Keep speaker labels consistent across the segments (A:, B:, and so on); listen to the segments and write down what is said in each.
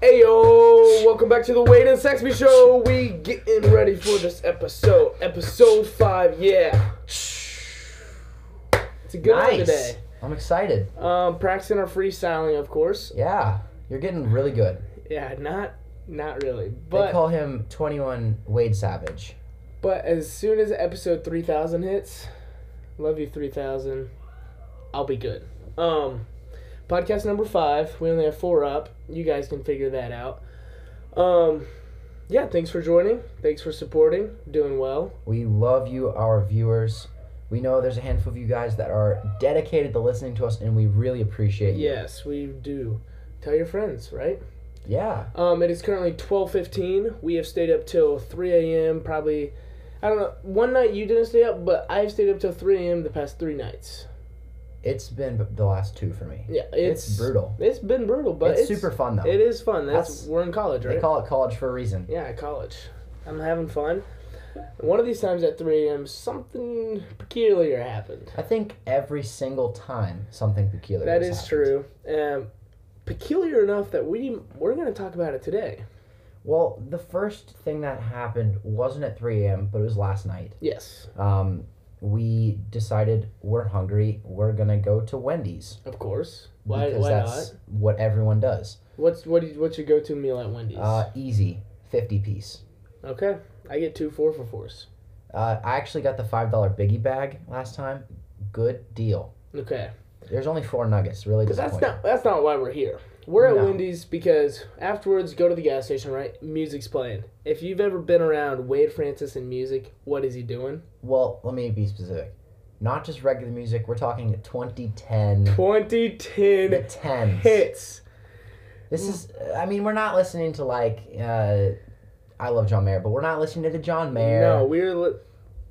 A: Hey yo, welcome back to the Wade and Sexby Show. We getting ready for this episode, episode five. Yeah, it's a good one
B: nice.
A: today.
B: I'm excited.
A: Um, practicing our freestyling, of course.
B: Yeah, you're getting really good.
A: Yeah, not not really,
B: they
A: but
B: call him 21 Wade Savage.
A: but as soon as episode three thousand hits, love you three thousand, I'll be good. Um, podcast number five. We only have four up. You guys can figure that out. Um, yeah, thanks for joining. Thanks for supporting. Doing well.
B: We love you, our viewers. We know there's a handful of you guys that are dedicated to listening to us, and we really appreciate you.
A: Yes, we do. Tell your friends, right?
B: Yeah.
A: Um, it is currently twelve fifteen. We have stayed up till three a.m. Probably, I don't know. One night you didn't stay up, but I've stayed up till three a.m. the past three nights.
B: It's been b- the last two for me.
A: Yeah,
B: It's,
A: it's,
B: brutal.
A: It's been brutal, but
B: it's, super fun, though.
A: It is fun. That's,
B: That's-
A: we're in college,
B: They
A: right?
B: call it college for a reason.
A: yeah, college. I'm having fun. One of these times at three a.m., something peculiar happened.
B: I think every single time something peculiar
A: That is
B: has happened.
A: true. Um, peculiar enough that we we're going to talk about it today.
B: Well, the first thing that happened wasn't at 3 a.m., but it was last night.
A: Yes,
B: um, we decided we're hungry. We're gonna go to Wendy's
A: of course. Why?
B: because
A: Why not?
B: that's what everyone does.
A: What's what? do you- What's your go-to meal at Wendy's?
B: Uh, easy, fifty piece.
A: okay, I get two four for fours.
B: Uh, I actually got the five dollar biggie bag last time. Good deal.
A: Okay,
B: There's only four nuggets. Really
A: because that's
B: disappointing.
A: not that's not why we're here. We're at
B: No.
A: Wendy's because afterwards go to the gas station. Right, music's playing. If you've ever been around Wade Francis and music, what is he doing?
B: well, let me be specific. Not just regular music. We're talking 2010.
A: Twenty
B: The
A: ten
B: tens.
A: hits.
B: This is. I mean, we're not listening to like. Uh, I love John Mayer, but we're not listening to John Mayer.
A: No, we're li-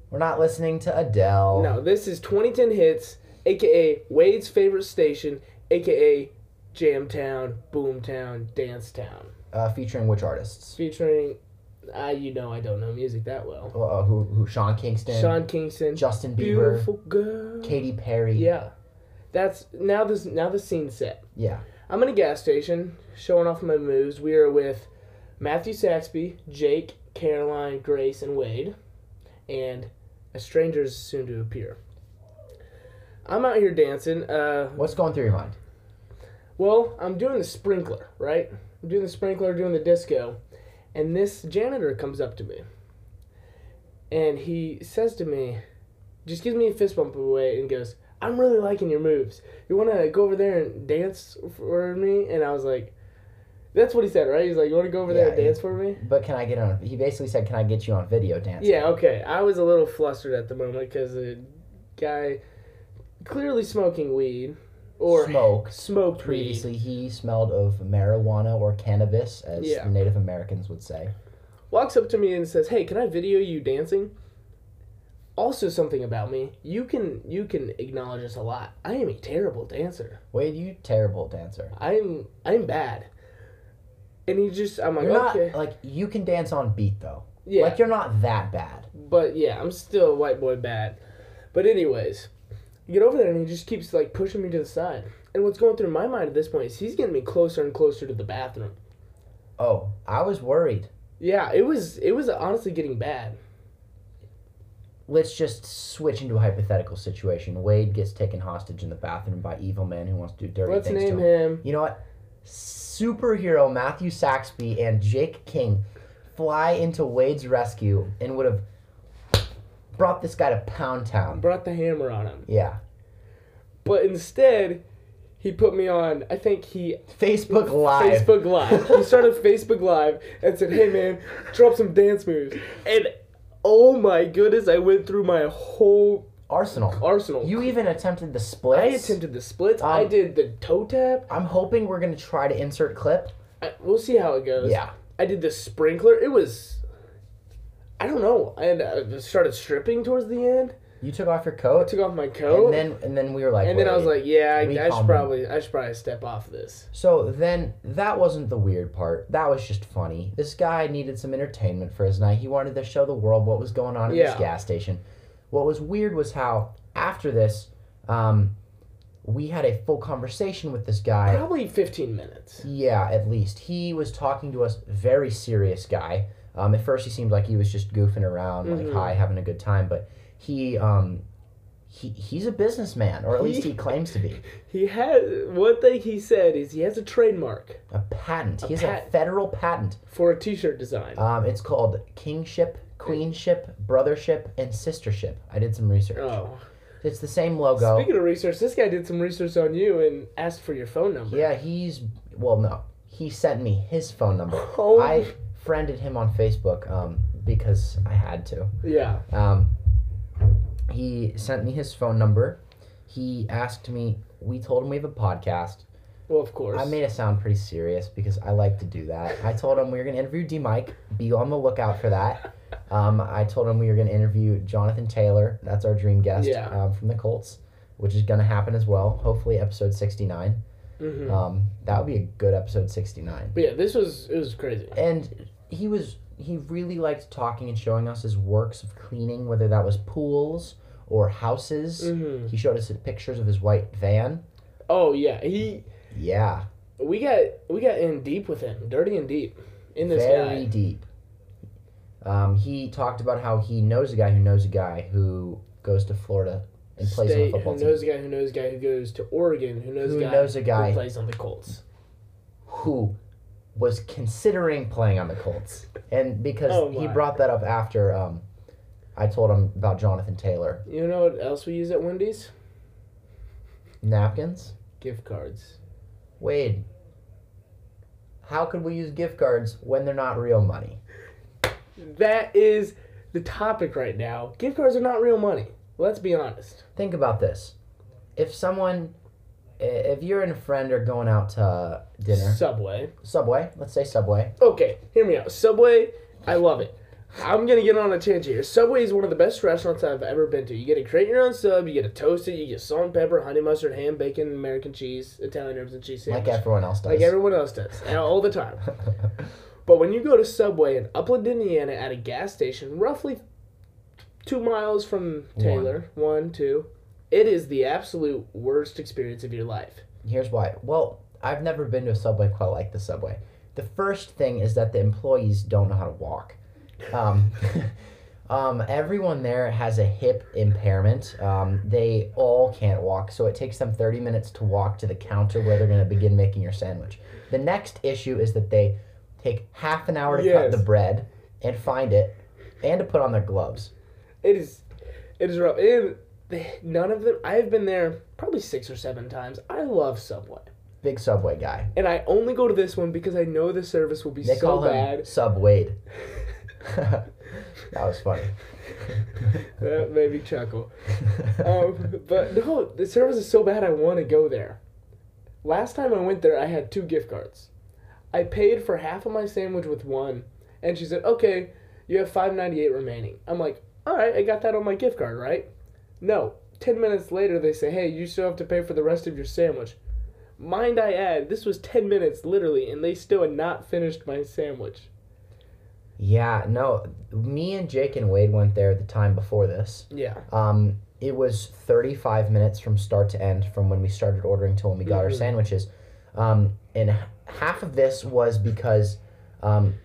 B: We're not listening to Adele.
A: no. This is twenty ten hits, aka Wade's favorite station, aka Jamtown, Boomtown, Dancetown,
B: Uh, featuring which artists?
A: featuring. Uh, you know I don't know music that well.
B: uh, who, who Sean Kingston,
A: Sean Kingston,
B: Justin Bieber,
A: beautiful girl.
B: Katy Perry.
A: Yeah, that's now this now the scene's set.
B: Yeah.
A: I'm in a gas station, showing off my moves. We are with Matthew Saxby, Jake, Caroline, Grace, and Wade, and a stranger's soon to appear. I'm out here dancing. Uh,
B: What's going through your mind?
A: well, I'm doing the sprinkler, right? I'm doing the sprinkler, doing the disco, and this janitor comes up to me. And he says to me, just gives me a fist bump away and goes, I'm really liking your moves. You want to go over there and dance for me? And I was like, that's what he said, right? He's like, you want to go over there
B: Yeah,
A: and dance for me?
B: But can I get on? He basically said, "Can I get you on video dance?"
A: Yeah, okay. I was a little flustered at the moment because the guy clearly smoking weed or
B: Smoke.
A: smoked weed.
B: Previously, he smelled of marijuana or cannabis, as
A: Yeah.
B: the Native Americans would say.
A: walks up to me and says, "Hey, can I video you dancing?" Also, something about me. You can you can acknowledge this a lot. I am a terrible dancer.
B: Wade, you terrible dancer.
A: I'm I'm bad. And he just I'm like
B: You're not
A: okay
B: like you can dance on beat though.
A: yeah,
B: Like you're not that bad.
A: but yeah, I'm still white boy bad. But anyways, you get over there and he just keeps like pushing me to the side. And what's going through my mind at this point is he's getting me closer and closer to the bathroom.
B: Oh, I was worried.
A: Yeah, it was it was honestly getting bad.
B: Let's just switch into a hypothetical situation. Wade gets taken hostage in the bathroom by evil men who wants to do dirty
A: Let's
B: things to
A: name
B: him.
A: him
B: You know what? Superhero Matthew Saxby and Jake King fly into Wade's rescue and would have brought this guy to Pound Town.
A: Brought the hammer on him.
B: Yeah.
A: But instead, he put me on. I think he
B: Facebook Live.
A: Facebook Live. he started Facebook Live and said, "Hey man, drop some dance moves." And oh my goodness, I went through my whole
B: Arsenal.
A: arsenal.
B: You even attempted the
A: I
B: splits.
A: attempted the splits. I
B: Um,
A: did the toe tap.
B: I'm hoping we're going to try to insert clip.
A: I, we'll see how it goes.
B: Yeah.
A: I did the sprinkler. It was. I don't know. And I started stripping towards the end.
B: You took off your
A: I
B: coat
A: took off my coat.
B: and then and then we were like
A: and then I was
B: "Wait."
A: like, yeah, I,
B: we
A: I should
B: calmed down.
A: probably, I should probably step off this.
B: So then that wasn't the weird part. That was just funny. This guy needed some entertainment for his night. He wanted to show the world what was going on at
A: Yeah.
B: this gas station. What was weird was how after this, um, we had a full conversation with this guy.
A: Probably 15 minutes.
B: Yeah, at least. He was talking to us, very serious guy. Um, at first, he seemed like he was just goofing around,
A: Mhm.
B: like hi, having a good time. But he, um, he, he's a businessman, or at least he claims to be.
A: He has one thing he said is he has a trademark
B: A patent.
A: A
B: he has a
A: pat-
B: federal patent.
A: for a T-shirt design.
B: Um, it's called kingship, queenship, brothership, and sistership. I did some research.
A: oh,
B: It's the same logo.
A: speaking of research, this guy did some research on you and asked for your phone number.
B: yeah, he's well, no, he sent me his phone number.
A: Oh,
B: I friended him on Facebook um, because I had to.
A: yeah.
B: Um, he sent me his phone number. He asked me. We told him we have a podcast.
A: Well, of course.
B: I made it sound pretty serious because I like to do that. I told him we were gonna interview D Mike. Be on the lookout for that. Um, I told him we were gonna interview Jonathan Taylor. That's our dream guest
A: Yeah.
B: um, from the Colts, which is gonna happen as well. Hopefully, episode sixty nine.
A: Mhm.
B: Um, that would be a good episode sixty nine.
A: but yeah, this was it was crazy.
B: And he was he really liked talking and showing us his works of cleaning, whether that was pools or houses.
A: hmm
B: He showed us the pictures of his white van.
A: Oh yeah, he
B: Yeah,
A: we got we got in deep with him, dirty and deep, in this guy.
B: very deep. Um, he talked about how he knows a guy who knows a guy who goes to Florida and plays on the
A: State
B: football
A: who
B: team.
A: knows a guy who knows a guy who goes to Oregon who knows
B: who
A: a guy
B: knows a
A: who
B: guy
A: plays on the Colts.
B: who was considering playing on the Colts, and because
A: Oh
B: he
A: my.
B: brought that up after um, I told him about Jonathan Taylor
A: You know what else we use at Wendy's?
B: napkins.
A: Gift cards.
B: Wade, how could we use gift cards when they're not real money?
A: That is the topic right now. Gift cards are not real money. Let's be honest.
B: Think about this. If someone, i- if you and a friend are going out to dinner,
A: Subway.
B: Subway, let's say Subway.
A: Okay, hear me out. Subway, I love it. I'm gonna get on a tangent here. Subway is one of the best restaurants I've ever been to. You get to create your own sub, you get to toast it, you get salt and pepper, honey mustard, ham, bacon, American cheese, Italian herbs and cheese sandwich.
B: Like everyone else does.
A: Like everyone else does, and all the time. But when you go to Subway in Upland, Indiana, at a gas station, roughly two miles from Taylor, one, two, it is the absolute worst experience of your life.
B: Here's why. Well, I've never been to a Subway quite like the Subway. The first thing is that the employees don't know how to walk. Um, um, everyone there has a hip impairment. Um, they all can't walk, so it takes them 30 minutes to walk to the counter where they're going to begin making your sandwich. The next issue is that they take half an hour to cut
A: Yes.
B: the bread and find it and to put on their gloves.
A: It is, it is rough. And they- none of them. I've been there probably six or seven times. I love Subway,
B: Big Subway guy.
A: and I only go to this one because I know the service will be
B: They
A: so
B: call
A: bad.
B: him Sub Wade. that was funny.
A: that made me chuckle. Um, but no, the service is so bad. I want to go there. Last time I went there, I had two gift cards. I paid for half of my sandwich with one, and she said, "Okay, you have five ninety eight remaining." I'm like, "All right, I got that on my gift card, right?" No. Ten minutes later, they say, "Hey, you still have to pay for the rest of your sandwich." Mind I add, this was ten minutes literally, and they still had not finished my sandwich.
B: Yeah, no, me and Jake and Wade went there the time before this.
A: Yeah.
B: Um, it was 35 minutes from start to end from when we started ordering till when we got our
A: Mhm.
B: sandwiches. Um, and h- half of this was because, um,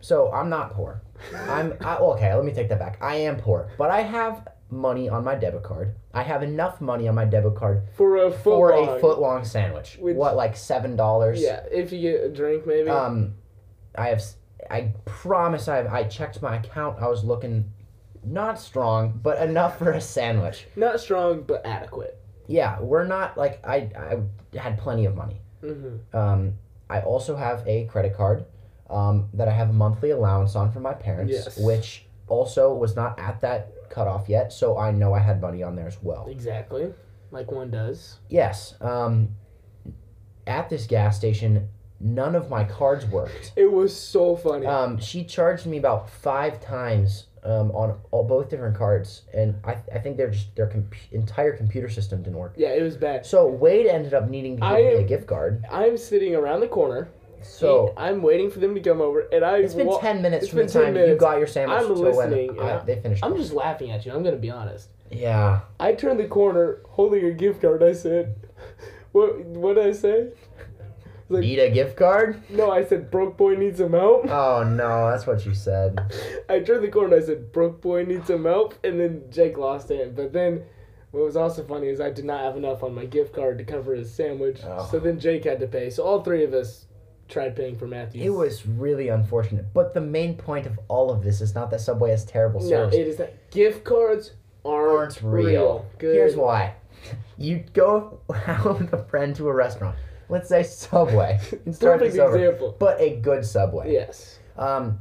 B: so I'm not poor. I'm I, okay. Let me take that back. I am poor, but I have money on my debit card. I have enough money on my debit card
A: For a foot.
B: for a
A: long.
B: foot long sandwich.
A: Which-
B: what, like seven dollars?
A: Yeah, if you get a drink, maybe.
B: Um, I have. s- I promise. I have. I checked my account. I was looking, not strong, but enough for a sandwich.
A: Not strong, but adequate.
B: Yeah, we're not like I. I had plenty of money.
A: hmm
B: Um, I also have a credit card, um, that I have a monthly allowance on from my parents,
A: Yes.
B: which also was not at that cutoff yet. So I know I had money on there as well.
A: Exactly. Like one does.
B: Yes. Um, at this gas station, none of my cards worked.
A: It was so funny.
B: Um, she charged me about five times um, on all, both different cards, and I, I think their just their comp- entire computer system didn't work.
A: yeah, it was bad.
B: So Wade ended up needing to give
A: I
B: me a
A: am-
B: gift card.
A: I'm sitting around the corner.
B: So
A: I'm waiting for them to come over, and I.
B: it's been ten minutes
A: it's
B: from the
A: been 10
B: time you
A: minutes.
B: got your sandwich
A: I'm
B: to when
A: listening,
B: I-
A: yeah.
B: they finished.
A: I'm
B: mine.
A: just laughing at you. I'm gonna be honest.
B: Yeah.
A: I turned the corner holding a gift card. I said, "What? What did I say?" Like-
B: Need a gift card?
A: No, I said, "Broke boy needs some help."
B: Oh no, that's what you said.
A: I turned the corner. I said, "Broke boy needs some help," and then Jake lost it. But then, what was also funny is I did not have enough on my gift card to cover his sandwich.
B: Oh.
A: So then Jake had to pay. So all three of us tried paying for Matthews.
B: It was really unfortunate. But the main point of all of this is not that Subway has terrible
A: no,
B: service.
A: it is not. Gift cards aren't,
B: aren't
A: real.
B: real.
A: Good.
B: Here's why. You go out with a friend to a restaurant. Let's say Subway. and start
A: Perfect
B: this over.
A: example.
B: But a good Subway.
A: Yes.
B: Um,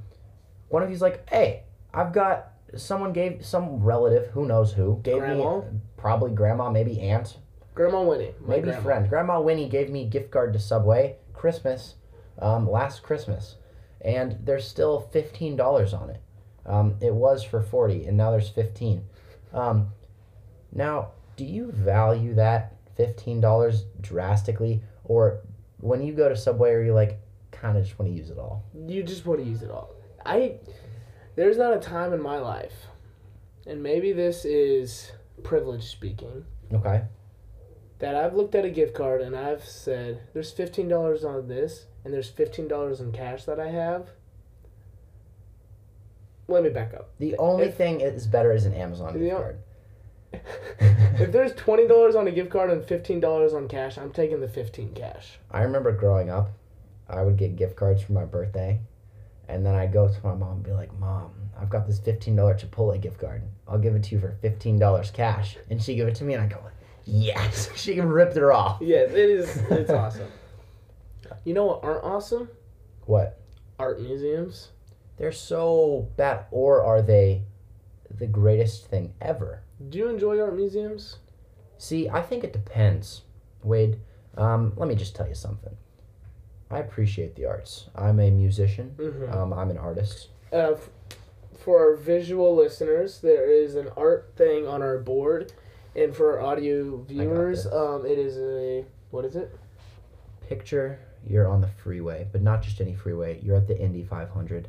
B: one of you's like, hey, I've got someone gave some relative, who knows who, gave
A: Grandma?
B: me probably grandma, maybe aunt,
A: Grandma Winnie. my
B: maybe
A: grandma.
B: friend. Grandma Winnie gave me gift card to Subway Christmas, um, last Christmas, and there's still fifteen dollars on it. Um, it was for forty, and now there's fifteen. Um, now, do you value that fifteen dollars drastically, or when you go to Subway, are you like, kind of just want to use it all?
A: you just want to use it all. I there's not a time in my life, and maybe this is privilege speaking,
B: Okay.
A: that I've looked at a gift card and I've said there's fifteen dollars on this and there's fifteen dollars in cash that I have. Let me back up.
B: The only
A: If-
B: thing is better is an Amazon gift
A: Yeah.
B: card.
A: if there's twenty dollars on a gift card and fifteen dollars on cash, I'm taking the fifteen cash.
B: I remember growing up, I would get gift cards for my birthday, and then I'd go to my mom and be like, "Mom, I've got this fifteen dollar Chipotle gift card. I'll give it to you for fifteen dollars cash." And she give it to me, and I go, "Yes!" she ripped her off.
A: Yes, it is. It's awesome. You know what aren't awesome?
B: What?
A: Art museums.
B: They're so bad, or are they the greatest thing ever?
A: Do you enjoy art museums?
B: See, I think it depends, Wade. Um, let me just tell you something. I appreciate the arts. I'm a musician.
A: Mm-hmm.
B: Um, I'm an artist.
A: uh, f- for our visual listeners, there is an art thing on our board, and for our audio viewers,
B: this.
A: um, it is a what is it?
B: Picture you're on the freeway, but not just any freeway. You're at the Indy 500.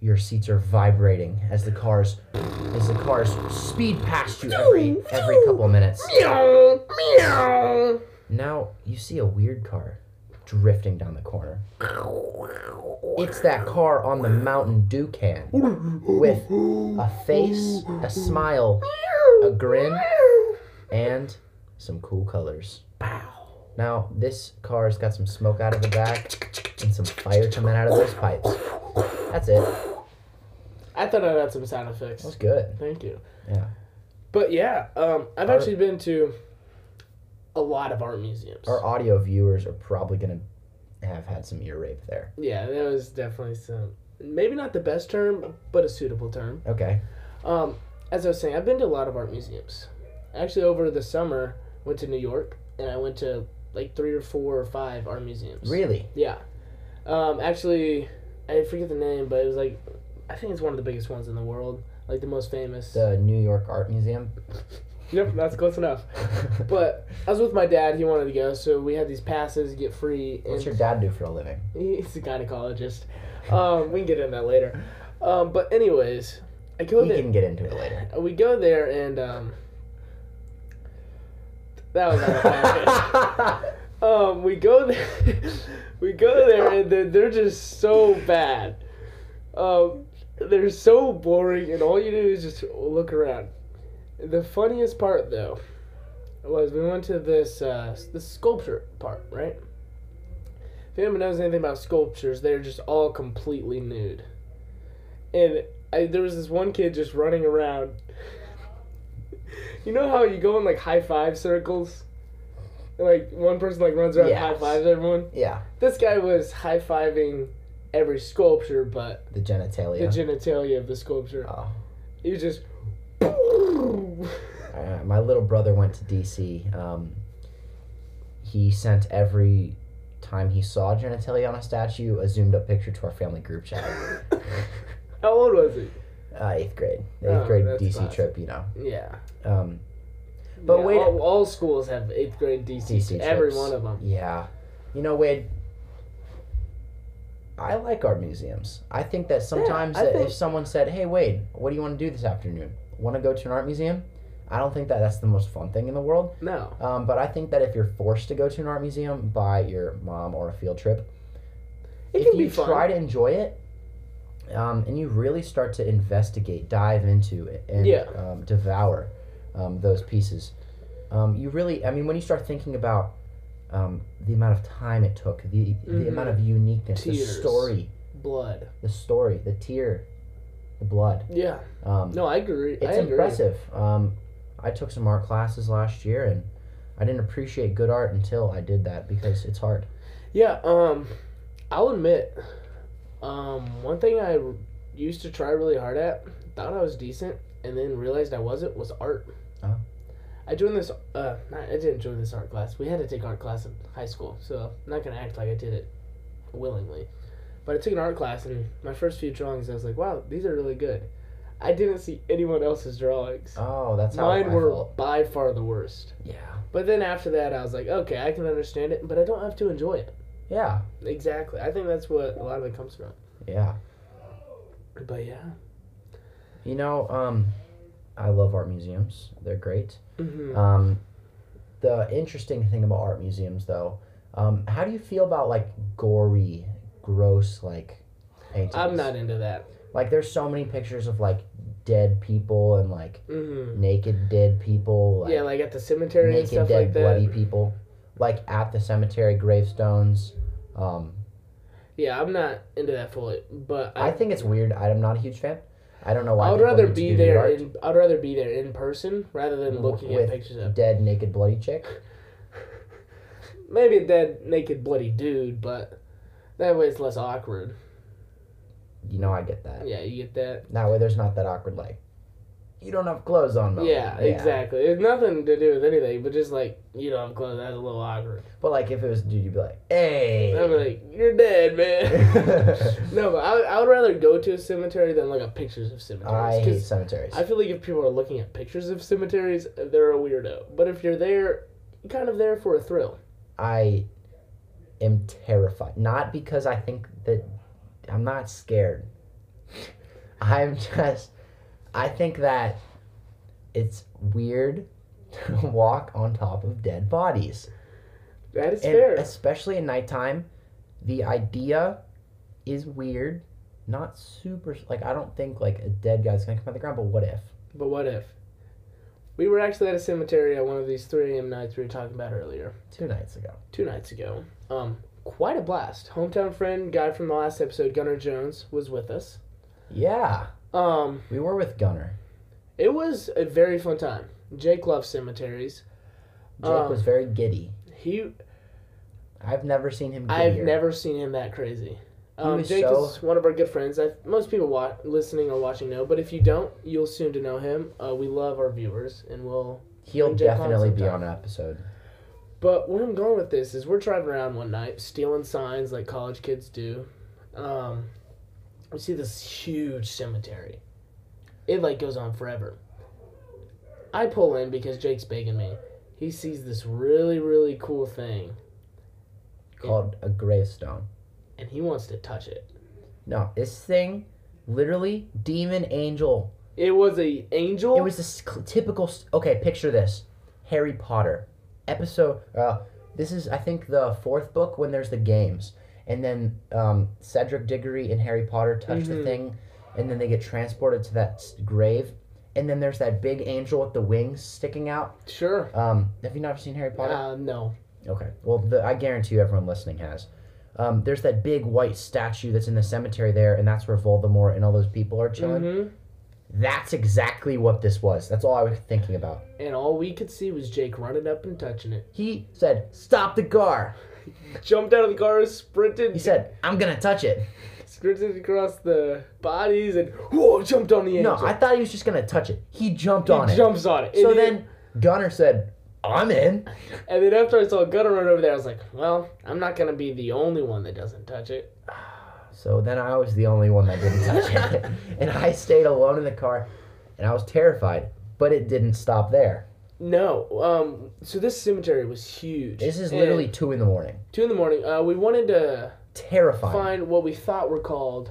B: Your seats are vibrating as the cars as the cars speed past you every every couple of minutes.
A: Meow, meow.
B: Now you see a weird car drifting down the corner. It's that car on the Mountain Dew can with a face, a smile, a grin, and some cool colors. Now, this car's got some smoke out of the back and some fire coming out of those pipes. That's it.
A: I thought I'd add some sound effects.
B: That's good.
A: Thank you.
B: Yeah.
A: But yeah, um, I've
B: Art-
A: actually been to a lot of art museums.
B: Our audio viewers are probably going to have had some ear rape there.
A: yeah, that was definitely some. Maybe not the best term, but a suitable term.
B: Okay.
A: Um, as I was saying, I've been to a lot of art museums. Actually, over the summer, went to New York, and I went to like three or four or five art museums.
B: Really?
A: Yeah. Um, actually, I forget the name, but it was like, I think it's one of the biggest ones in the world, like the most famous.
B: The New York Art Museum?
A: Yep, that's close enough. But I was with my dad; he wanted to go, so we had these passes, get free. And
B: What's your dad do for a living?
A: He's a gynecologist. Um, we can get into that later. Um, but anyways, I go
B: We
A: there.
B: can get into it later.
A: we go there and um that was not a bad bit. um we go there we go there and they're, they're just so bad um they're so boring and all you do is just look around the funniest part though was we went to this uh the sculpture part right if anyone knows anything about sculptures they're just all completely nude and I, there was this one kid just running around. you know how you go in like high five circles, and like one person like runs around and high
B: Yes.
A: fives everyone.
B: yeah,
A: This guy was high fiving every sculpture, but
B: the genitalia.
A: the genitalia of the sculpture.
B: Oh.
A: He was just.
B: Uh, my little brother went to DC. Um, he sent every time he saw genitalia on a statue a zoomed up picture to our family group chat.
A: how old was he?
B: Uh, eighth grade, eighth
A: Oh,
B: grade
A: that's
B: DC
A: classic.
B: trip, you know.
A: Yeah.
B: Um, But
A: Yeah,
B: wait-
A: all, all schools have eighth grade DC.
B: DC trips.
A: every one of them.
B: Yeah, you know, Wade. I like art museums. I think that sometimes
A: I
B: that
A: think-
B: if someone said, "Hey, Wade, what do you want to do this afternoon? Want to go to an art museum?" I don't think that that's the most fun thing in the world.
A: No.
B: Um, but I think that if you're forced to go to an art museum by your mom or a field trip,
A: It
B: if
A: can
B: you
A: be fun.
B: try to enjoy it, um, and you really start to investigate, dive into it, and
A: Yeah.
B: um, devour um, those pieces, um, you really, I mean, when you start thinking about um, the amount of time it took, the the
A: Mhm.
B: amount of uniqueness, the
A: Tears.
B: story,
A: Blood.
B: the story, the tear, the blood.
A: Yeah.
B: Um,
A: No, I agree. I
B: it's
A: agree.
B: impressive. Um, I took some art classes last year, and I didn't appreciate good art until I did that because it's hard.
A: Yeah, um, I'll admit, um, one thing I r- used to try really hard at, thought I was decent, and then realized I wasn't, was art.
B: Oh.
A: I joined this, uh, not, I didn't join this art class. We had to take art class in high school, so I'm not going to act like I did it willingly. But I took an art class, and my first few drawings, I was like, wow, these are really good. I didn't see anyone else's drawings.
B: Oh, that's how
A: Mine
B: I
A: were
B: felt.
A: by far the worst.
B: Yeah,
A: But then after that, I was like, okay, I can understand it, but I don't have to enjoy it.
B: yeah,
A: Exactly. I think that's what a lot of it comes from.
B: yeah.
A: But yeah.
B: You know, um, I love art museums. They're great.
A: Mm-hmm.
B: Um, the interesting thing about art museums, though, um, how do you feel about like gory, gross, like paintings?
A: I'm not into that.
B: like. There's so many pictures of like dead people and like
A: Mm-hmm.
B: naked dead people. Mm, Like,
A: yeah, like at the cemetery and
B: naked,
A: stuff
B: dead,
A: like that.
B: bloody people, like at the cemetery gravestones. Um,
A: Yeah, I'm not into that fully. But I,
B: I think it's weird. I'm not a huge fan. I don't know why.
A: I would
B: people
A: rather
B: need to
A: be
B: do the
A: there.
B: art.
A: In, I'd rather be there in person rather than looking at
B: With-
A: pictures of
B: dead, naked, bloody chick.
A: maybe a dead, naked, bloody dude. But that way it's less awkward.
B: You know, I get that.
A: Yeah, you get that.
B: That way, there's not that awkward like, you don't have clothes on. moment.
A: yeah, exactly. It's nothing to do with anything, but just like you know, I'm close. That's a little awkward.
B: But like, if it was a dude, you'd be like, hey.
A: I'd be like, "You're dead, man." No, but I, would- I would rather go to a cemetery than look at pictures of
B: I
A: cemeteries.
B: hate
A: 'cause
B: cemeteries.
A: I feel like if people are looking at pictures of cemeteries, they're a weirdo. But if you're there, you're kind of there for a thrill.
B: I am terrified. Not because I think that I'm not scared. I'm just I think that it's weird to walk on top of dead bodies.
A: That is
B: and
A: fair.
B: especially at nighttime, the idea is weird. Not super like I don't think like a dead guy's gonna come out of the ground, but what if?
A: But what if? We were actually at a cemetery on one of these 3 a.m. nights we were talking about earlier,
B: Two nights ago.
A: two nights ago. Um, quite a blast. Hometown friend, guy from the last episode, Gunnar Jones, was with us.
B: Yeah.
A: Um,
B: We were with Gunner.
A: it was a very fun time. Jake loves cemeteries.
B: Jake
A: Um,
B: was very giddy.
A: He
B: I've never seen him giddy.
A: I've never seen him that crazy. Um,
B: was
A: Jake
B: so-
A: is one of our good friends. I, most people wa- listening or watching know, but if you don't, you'll soon to know him. Uh, we love our viewers, and we'll.
B: He'll
A: Bring Jake on
B: definitely be on
A: sometime.
B: an episode.
A: But where I'm going with this is, we're driving around one night, stealing signs like college kids do. Um, we see this huge cemetery. It like goes on forever. I pull in because Jake's begging me. He sees this really really cool thing,
B: called a gravestone.
A: and he wants to touch it.
B: No, this thing, literally, demon angel.
A: It was a angel.
B: It was this cl- typical. s- Okay, picture this: Harry Potter episode. Uh, this is, I think, the fourth book when there's the games, and then um, Cedric Diggory and Harry Potter touch the
A: Mhm.
B: thing, and then they get transported to that s- grave, and then there's that big angel with the wings sticking out.
A: sure.
B: Um, have you never seen Harry Potter?
A: Uh, no.
B: Okay. Well, the, I guarantee you everyone listening has. Um, there's that big white statue that's in the cemetery there, and that's where Voldemort and all those people are chilling.
A: hmm
B: That's exactly what this was. That's all I was thinking about.
A: And all we could see was Jake running up and touching it.
B: He said, Stop the car.
A: Jumped out of the car, sprinted,
B: He said, I'm going to touch it.
A: sprinted across the bodies, and whoa, jumped on the angel.
B: No, I thought he was just going to touch it. He jumped on
A: he
B: it.
A: jumps on it.
B: So
A: And
B: then Gunner said, I'm in.
A: and then after I saw Gunnar run over there, I was like, well, I'm not gonna be the only one that doesn't touch it.
B: So then I was the only one that didn't touch it. and I stayed alone in the car, and I was terrified, but it didn't stop there.
A: No. Um. So this cemetery was huge.
B: This is
A: And
B: literally 2 in the morning.
A: two in the morning. Uh, we wanted to
B: Terrifying.
A: find what we thought were called.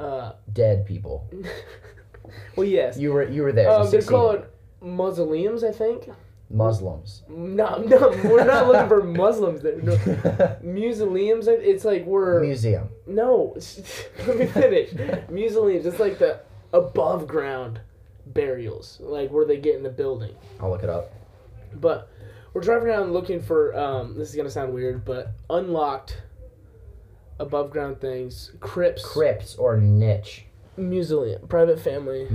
A: Uh,
B: dead people.
A: well, yes.
B: You were you were there. You
A: Um, they're
B: succeeded.
A: called mausoleums, I think.
B: Muslims.
A: No, no, we're not looking for Muslims there. No. Mausoleums, I- it's like we're
B: Museum.
A: no. Let me finish. Mausoleums, it's like the above ground burials, like where they get in the building.
B: I'll look it up.
A: But we're driving around looking for um, this is gonna sound weird, but unlocked above ground things, crypts,
B: Crypts or niche.
A: mausoleum, private family,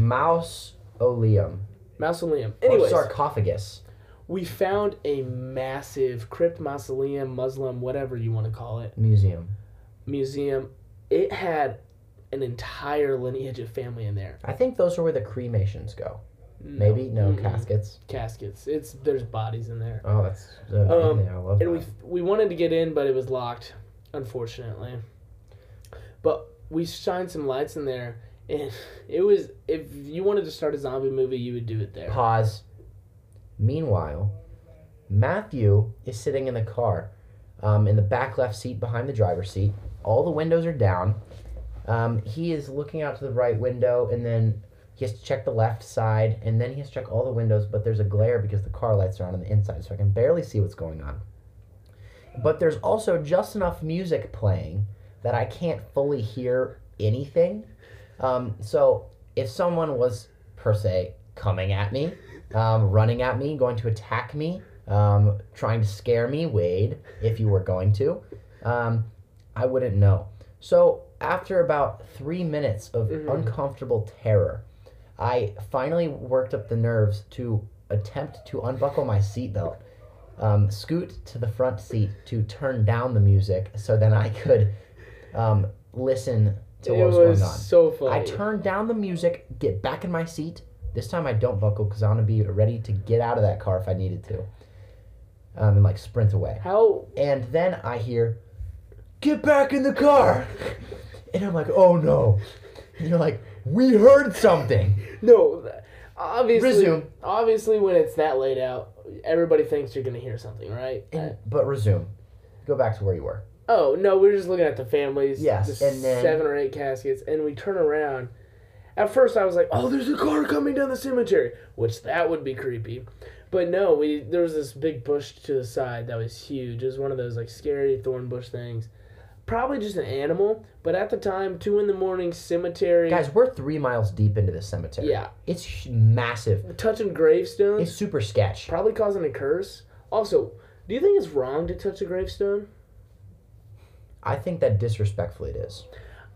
B: Mausoleum.
A: mausoleum.
B: Or
A: Anyways,
B: sarcophagus.
A: we found a massive crypt, mausoleum, Muslim, whatever you want to call it,
B: Museum.
A: museum. It had an entire lineage of family in there.
B: I think those are where the cremations go.
A: No.
B: Maybe? No,
A: Mm-mm.
B: caskets.
A: caskets. It's there's bodies in there.
B: Oh, that's.
A: Um,
B: yeah, I love
A: and we
B: that.
A: we wanted to get in, but it was locked, unfortunately. But we shined some lights in there, and it was if you wanted to start a zombie movie, you would do it there.
B: Pause. Meanwhile, Matthew is sitting in the car, um, in the back left seat behind the driver's seat. All the windows are down. Um, he is looking out to the right window, and then he has to check the left side, and then he has to check all the windows. But there's a glare because the car lights are on on the inside, so I can barely see what's going on. But there's also just enough music playing that I can't fully hear anything. Um, so if someone was per se coming at me, um, running at me, going to attack me, um, trying to scare me, Wade, if you were going to, um, I wouldn't know. So after about three minutes of
A: Mhm.
B: uncomfortable terror, I finally worked up the nerves to attempt to unbuckle my seatbelt, um, scoot to the front seat to turn down the music so then I could um, listen to
A: it
B: what was,
A: was
B: going on.
A: so funny.
B: I turn down the music, get back in my seat. This time I don't buckle because I want to be ready to get out of that car if I needed to, um, and like sprint away.
A: How
B: And then I hear, "Get back in the car," and I'm like, "Oh no!" And you're like, "We heard something."
A: no? th- Obviously,
B: Resume.
A: obviously, when it's that laid out, everybody thinks you're gonna hear something, right?
B: And,
A: Uh,
B: but resume. Go back to where you were.
A: oh no, we're just looking at the families.
B: Yes,
A: the
B: and then-
A: seven or eight caskets, and we turn around. At first, I was like, "Oh, there's a car coming down the cemetery," which that would be creepy. But no, we there was this big bush to the side that was huge. It was one of those like scary thorn bush things. Probably just an animal, but at the time, two in the morning, cemetery.
B: Guys, we're three miles deep into this cemetery.
A: yeah,
B: It's sh- massive.
A: touching gravestones.
B: It's super sketch.
A: probably causing a curse. Also, do you think it's wrong to touch a gravestone?
B: I think that disrespectfully it is.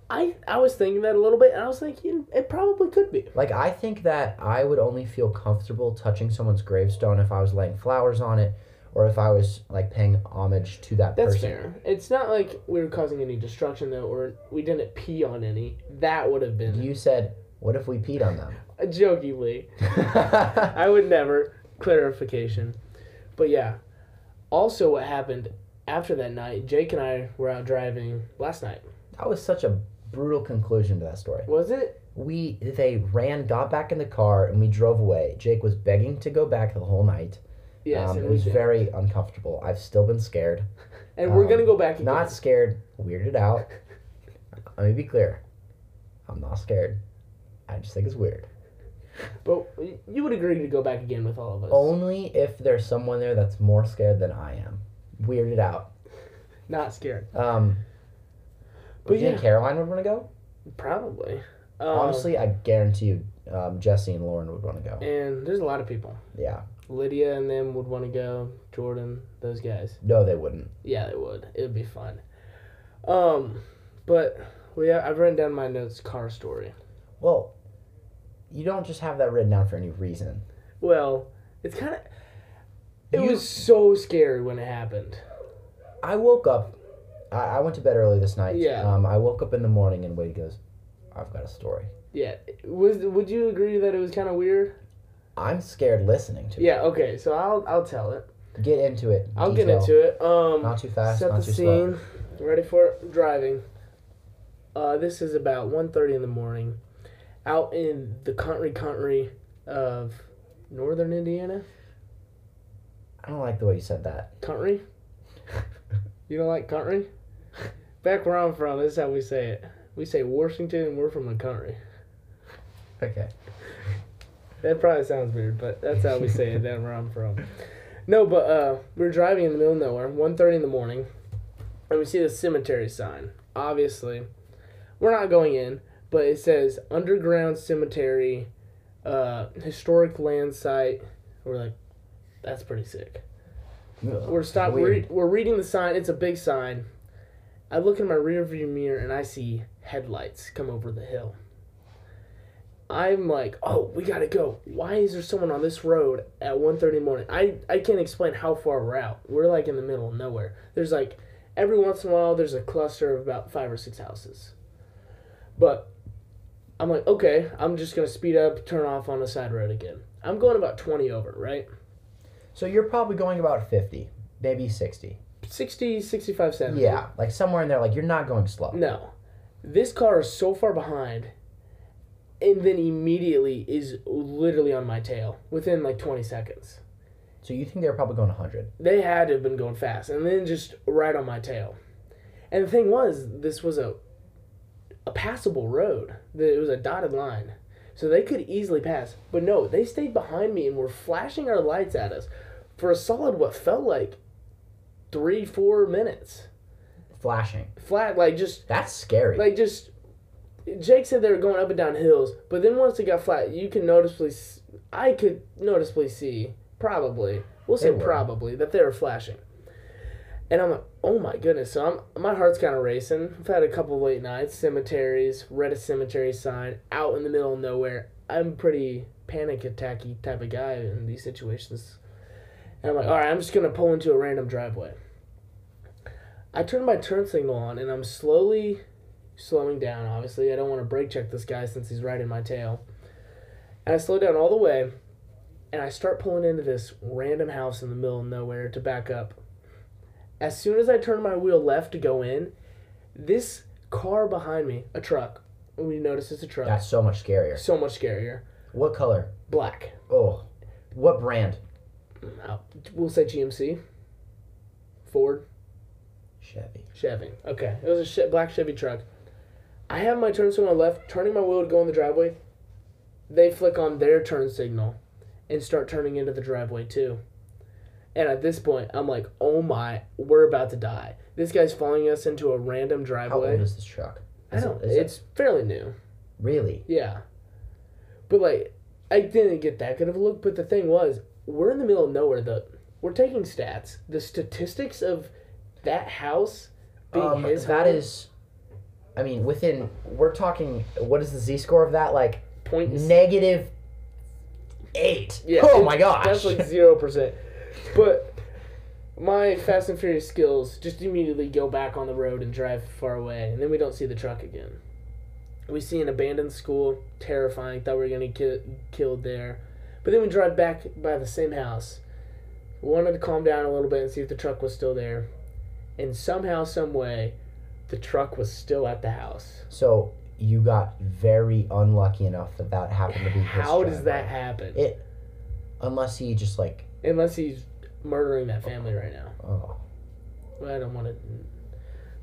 A: I I was thinking that a little bit, and I was thinking it probably could be.
B: Like I think that I would only feel comfortable touching someone's gravestone if I was laying flowers on it or if I was like paying homage to that
A: That's
B: person.
A: fair. It's not like we were causing any destruction though, or we didn't pee on any. That would have been
B: You said, "What if we peed on them?"
A: jokingly. I would never. Clarification, but yeah. Also, what happened after that night? Jake and I were out driving last night.
B: that was such a brutal conclusion to that story.
A: Was it?
B: we they ran, got back in the car, and we drove away. Jake was begging to go back the whole night.
A: Yes,
B: um,
A: and
B: it
A: we
B: was
A: did.
B: very uncomfortable. I've still been scared.
A: and we're
B: um,
A: gonna go back. Again.
B: Not scared, weirded out. Let me be clear. I'm not scared. I just think it's weird.
A: but you would agree to go back again with all of us.
B: Only if there's someone there that's more scared than I am. Weirded out.
A: Not scared,
B: Um,
A: But
B: but you think
A: yeah.
B: Caroline would want to go?
A: probably. Um,
B: Honestly, I guarantee you um, Jesse and Lauren would want to go.
A: And there's a lot of people.
B: Yeah.
A: Lydia and them would want to go. Jordan, those guys.
B: No, they wouldn't.
A: Yeah, they would. It would be fun. Um, but we I've written down my notes. Car story.
B: Well, you don't just have that written down for any reason.
A: Well, it's kind of. It
B: You-
A: was so scary when it happened.
B: I woke up. I, I went to bed early this night.
A: Yeah.
B: Um, I woke up in the morning and Wade goes, I've got a story.
A: Yeah. Was would you agree that it was kind of weird?
B: I'm scared listening to
A: Yeah. Okay. So I'll I'll tell it.
B: it. Get into it.
A: I'll
B: Detail.
A: get into it. Um.
B: Not too fast,
A: set
B: not
A: the
B: too slow.
A: scene. Ready for it? Driving. Uh, this is about 1.30 in the morning, out in the country, country of northern Indiana.
B: I don't like the way you said that.
A: Country. You don't like country? Back where I'm from, this is how we say it. We say Washington, and we're from the country.
B: okay.
A: That probably sounds weird, but that's how we say it down where I'm from. No, but uh, we were driving in the middle of nowhere, 1.30 in the morning, and we see this cemetery sign. Obviously, we're not going in, but it says underground cemetery, uh, historic land site. We're like, that's pretty sick. We're stop. We're,
B: Weird.
A: we're reading the sign. It's a big sign. I look in my rearview mirror and I see headlights come over the hill. I'm like, oh, we gotta go. Why is there someone on this road at 1.30 in the morning? I, I can't explain how far we're out. We're like in the middle of nowhere. There's like every once in a while there's a cluster of about five or six houses. But I'm like, okay, I'm just gonna speed up, turn off on the side road again. I'm going about twenty over, right?
B: So you're probably going about 50, maybe 60.
A: 60, 65, 70.
B: Yeah, like somewhere in there. Like you're not going slow.
A: No. This car is so far behind and then immediately is literally on my tail within like 20 seconds.
B: So you think they're probably going 100.
A: They had to have been going fast and then just right on my tail. And the thing was, this was a a passable road. The- It was a dotted line. So they could easily pass. But no, they stayed behind me and were flashing our lights at us for a solid what felt like 3 4 minutes.
B: Flashing.
A: Flat like just
B: That's scary.
A: like just Jake said they were going up and down hills, but then once it got flat, you can noticeably s- I could noticeably see probably we'll say
B: They were.
A: probably that they were flashing. And I'm like, oh my goodness! So I'm my heart's kind of racing. I've had a couple late nights, cemeteries, read a cemetery sign out in the middle of nowhere. I'm pretty panic attacky type of guy in these situations, and I'm like, all right, I'm just gonna pull into a random driveway. I turn my turn signal on, and I'm slowly slowing down, obviously. I don't want to brake check this guy since he's right in my tail. And I slow down all the way, and I start pulling into this random house in the middle of nowhere to back up. As soon as I turn my wheel left to go in, this car behind me, a truck, we notice it's a truck,
B: That's so much scarier.
A: so much scarier.
B: What color?
A: Black.
B: Oh, what brand?
A: Uh, We'll say GMC. Ford.
B: Chevy.
A: Chevy. Okay, it was a che- black Chevy truck. I have my turn signal left, turning my wheel to go in the driveway. They flick on their turn signal and start turning into the driveway too. And at this point, I'm like, oh my, we're about to die. This guy's following us into a random
B: How
A: driveway.
B: old is this truck?
A: I
B: Is it-
A: don't.
B: is it-
A: it's fairly new.
B: really.
A: Yeah. But like I didn't get that good of a look, but the thing was, we're in the middle of nowhere the we're taking stats. The statistics of that house being
B: Um,
A: his
B: that
A: home,
B: is. I mean, within we're talking. What is the Z score of that? Like
A: point
B: negative eight.
A: Yeah,
B: oh
A: it's-
B: my gosh.
A: That's like zero percent. But my Fast and Furious skills just immediately go back on the road and drive far away, and then we don't see the truck again. We see an abandoned school, terrifying. Thought we were gonna get killed there, but then we drive back by the same house. Wanted to calm down a little bit and see if the truck was still there, and somehow, some way, the truck was still at the house.
B: so you got very unlucky enough that that happened to be. His
A: How does
B: driver.
A: that happen?
B: It, unless he just like
A: Unless he's murdering that family right now.
B: oh.
A: Well, I don't want to.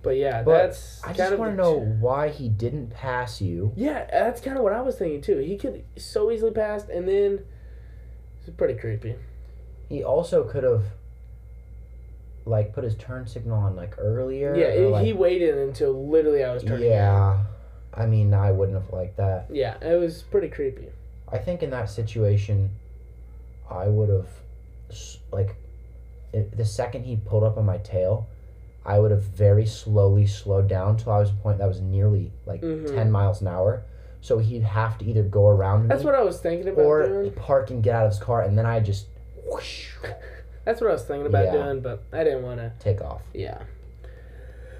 A: But yeah,
B: But
A: that's.
B: I
A: kind
B: just
A: of
B: want to
A: the-
B: know why he didn't pass you.
A: Yeah, that's kind of what I was thinking too. He could so easily passed, and then it's pretty creepy.
B: He also could have like put his turn signal on like earlier.
A: yeah,
B: or,
A: it-
B: like,
A: he waited until literally I was turning. around.
B: Yeah, I mean, I wouldn't have liked that.
A: Yeah, it was pretty creepy.
B: I think in that situation, I would have s- like i- the second he pulled up on my tail, I would have very slowly slowed down till I was a point that was nearly like
A: Mhm.
B: ten miles an hour. So he'd have to either go around
A: That's
B: me
A: what I was thinking about
B: or
A: doing.
B: park and get out of his car, and then I just whoosh,
A: That's what I was thinking about
B: Yeah.
A: doing, but I didn't want to.
B: take off.
A: Yeah.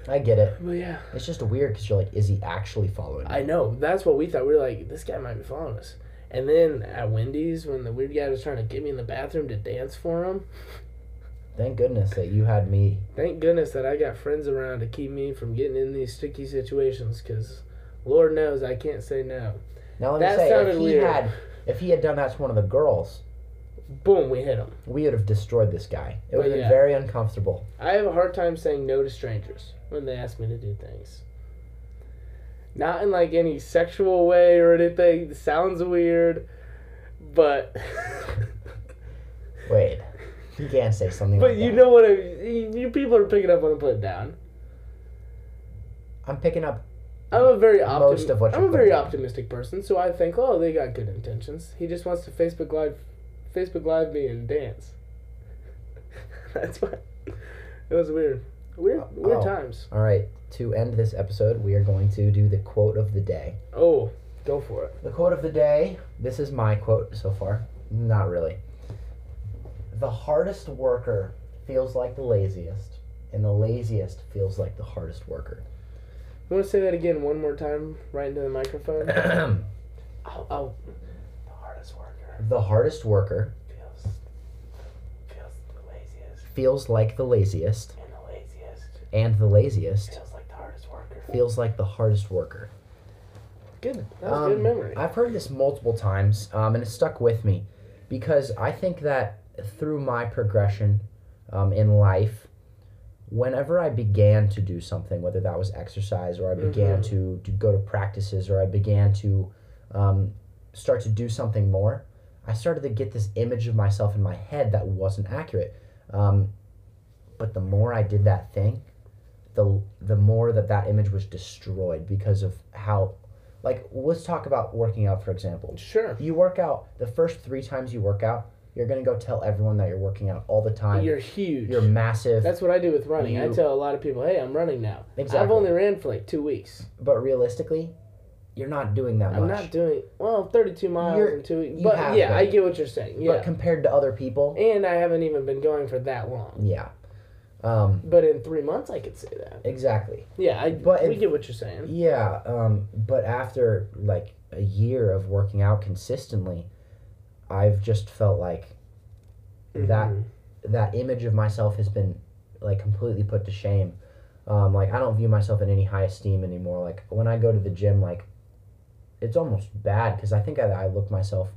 B: I get it.
A: But yeah,
B: It's just weird because you're like, is he actually following?
A: I
B: me?
A: know. That's what we thought. We were like, this guy might be following us. And then at Wendy's, when the weird guy was trying to get me in the bathroom to dance for him,
B: Thank goodness that you had me.
A: Thank goodness that I got friends around to keep me from getting in these sticky situations, because Lord knows I can't say no.
B: Now let
A: That
B: me say,
A: sounded
B: if he
A: weird.
B: had, if he had done that to one of the girls,
A: Boom, we hit him.
B: we would have destroyed this guy. It
A: But
B: would have
A: yeah.
B: been very uncomfortable.
A: I have a hard time saying no to strangers when they ask me to do things. Not in like any sexual way or anything. It sounds weird, but
B: Wait, you can't say something.
A: but
B: like
A: you
B: that.
A: know what I, you, you people are picking up when I put it down.
B: I'm picking up.
A: I'm a very optim-
B: Most of what
A: I'm
B: you
A: a
B: put
A: very
B: down.
A: optimistic person, so I think, oh, they got good intentions. He just wants to Facebook live, Facebook live me and dance. That's what. It was weird, weird, weird
B: Oh.
A: times.
B: All right, to end this episode, we are going to do the quote of the day.
A: Oh, go for it.
B: The quote of the day. This is my quote so far. Not really. The hardest worker feels like the laziest, and the laziest feels like the hardest worker.
A: You want to say that again one more time, right into the microphone?
B: the
A: I'll, I'll, the hardest worker
B: hardest worker
A: feels feels the laziest,
B: feels like the laziest,
A: and the laziest
B: and the laziest
A: feels like the hardest worker.
B: feels like the hardest worker.
A: Good. That was a
B: Um,
A: good memory.
B: I've heard this multiple times, um, and it stuck with me because I think that through my progression um, in life, whenever I began to do something, whether that was exercise or I began
A: Mhm.
B: to, to go to practices or I began to um, start to do something more, I started to get this image of myself in my head that wasn't accurate. Um, but the more I did that thing, the the more that that image was destroyed because of how like let's talk about working out for example
A: sure.
B: you work out the first three times you work out you're gonna go tell everyone that you're working out all the time
A: You're huge.
B: You're massive
A: That's what I do with running. I
B: You-
A: tell a lot of people, "Hey, I'm running now." I've
B: Exactly.
A: only ran for like two weeks.
B: but realistically you're not doing that
A: I'm
B: much
A: not doing well. 32 miles
B: You're-
A: in two weeks,
B: you
A: but
B: have
A: yeah,
B: been.
A: I get what you're saying.
B: but
A: Yeah,
B: compared to other people
A: and I haven't even been going for that long.
B: yeah um
A: But in three months, I could say that.
B: exactly
A: Yeah, I
B: But
A: we
B: if-
A: get what you're saying.
B: yeah um but after like a year of working out consistently i've just felt like that
A: Mhm.
B: that image of myself has been like completely put to shame. Um, like I don't view myself in any high esteem anymore. Like when I go to the gym, like it's almost bad because I think I, I look myself,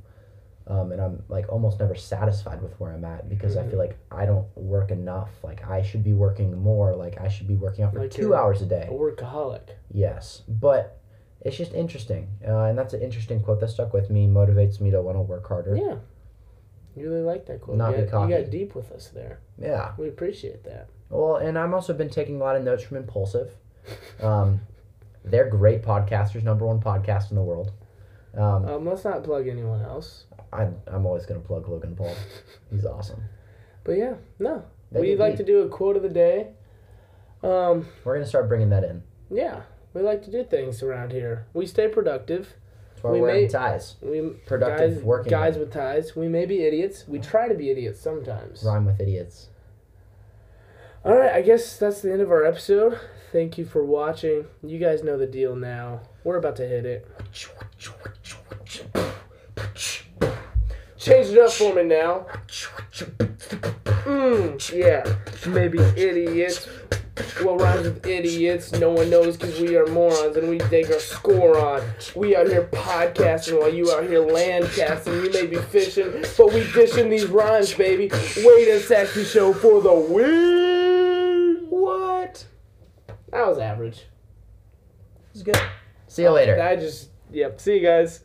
B: um, and I'm like almost never satisfied with where I'm at because I
A: Mm-hmm.
B: feel like I don't work enough. Like I should be working more. Like I should be working out for
A: Like
B: 2
A: you're-
B: hours a
A: a
B: day.
A: workaholic.
B: Yes, but it's just interesting, uh, and that's an interesting quote that stuck with me. Motivates me to want to work harder.
A: Yeah, you really like that quote.
B: Not
A: you,
B: be
A: got,
B: cocky.
A: you got deep with us there.
B: yeah.
A: We appreciate that.
B: Well, and I'm also been taking a lot of notes from Impulsive. Um, they're great podcasters, number one podcast in the world. Um,
A: Um, let's not plug anyone else.
B: I'm, I'm always going to plug Logan Paul. He's awesome.
A: But yeah, no,
B: They
A: we
B: get
A: like to
B: deep.
A: do a quote of the day. Um,
B: We're going to start bringing that in.
A: yeah, we like to do things around here. We stay productive.
B: That's why
A: We
B: we're wearing
A: may-
B: ties.
A: We
B: Productive
A: guys,
B: working
A: guys with ties. We may be idiots. We try to be idiots sometimes.
B: Rhyme with idiots.
A: All right, I guess that's the end of our episode. Thank you for watching. You guys know the deal now. We're about to hit it. Change it up for me now. Mm, yeah, maybe idiots. What rhymes with idiots? No one knows because we are morons and we take our score on. We out here podcasting while you out here landcasting. You may be fishing, but we dishing these rhymes, baby. Wait and Saxy Show for the win. What? That was average.
B: It's good. See you later.
A: I just, yep. See you guys.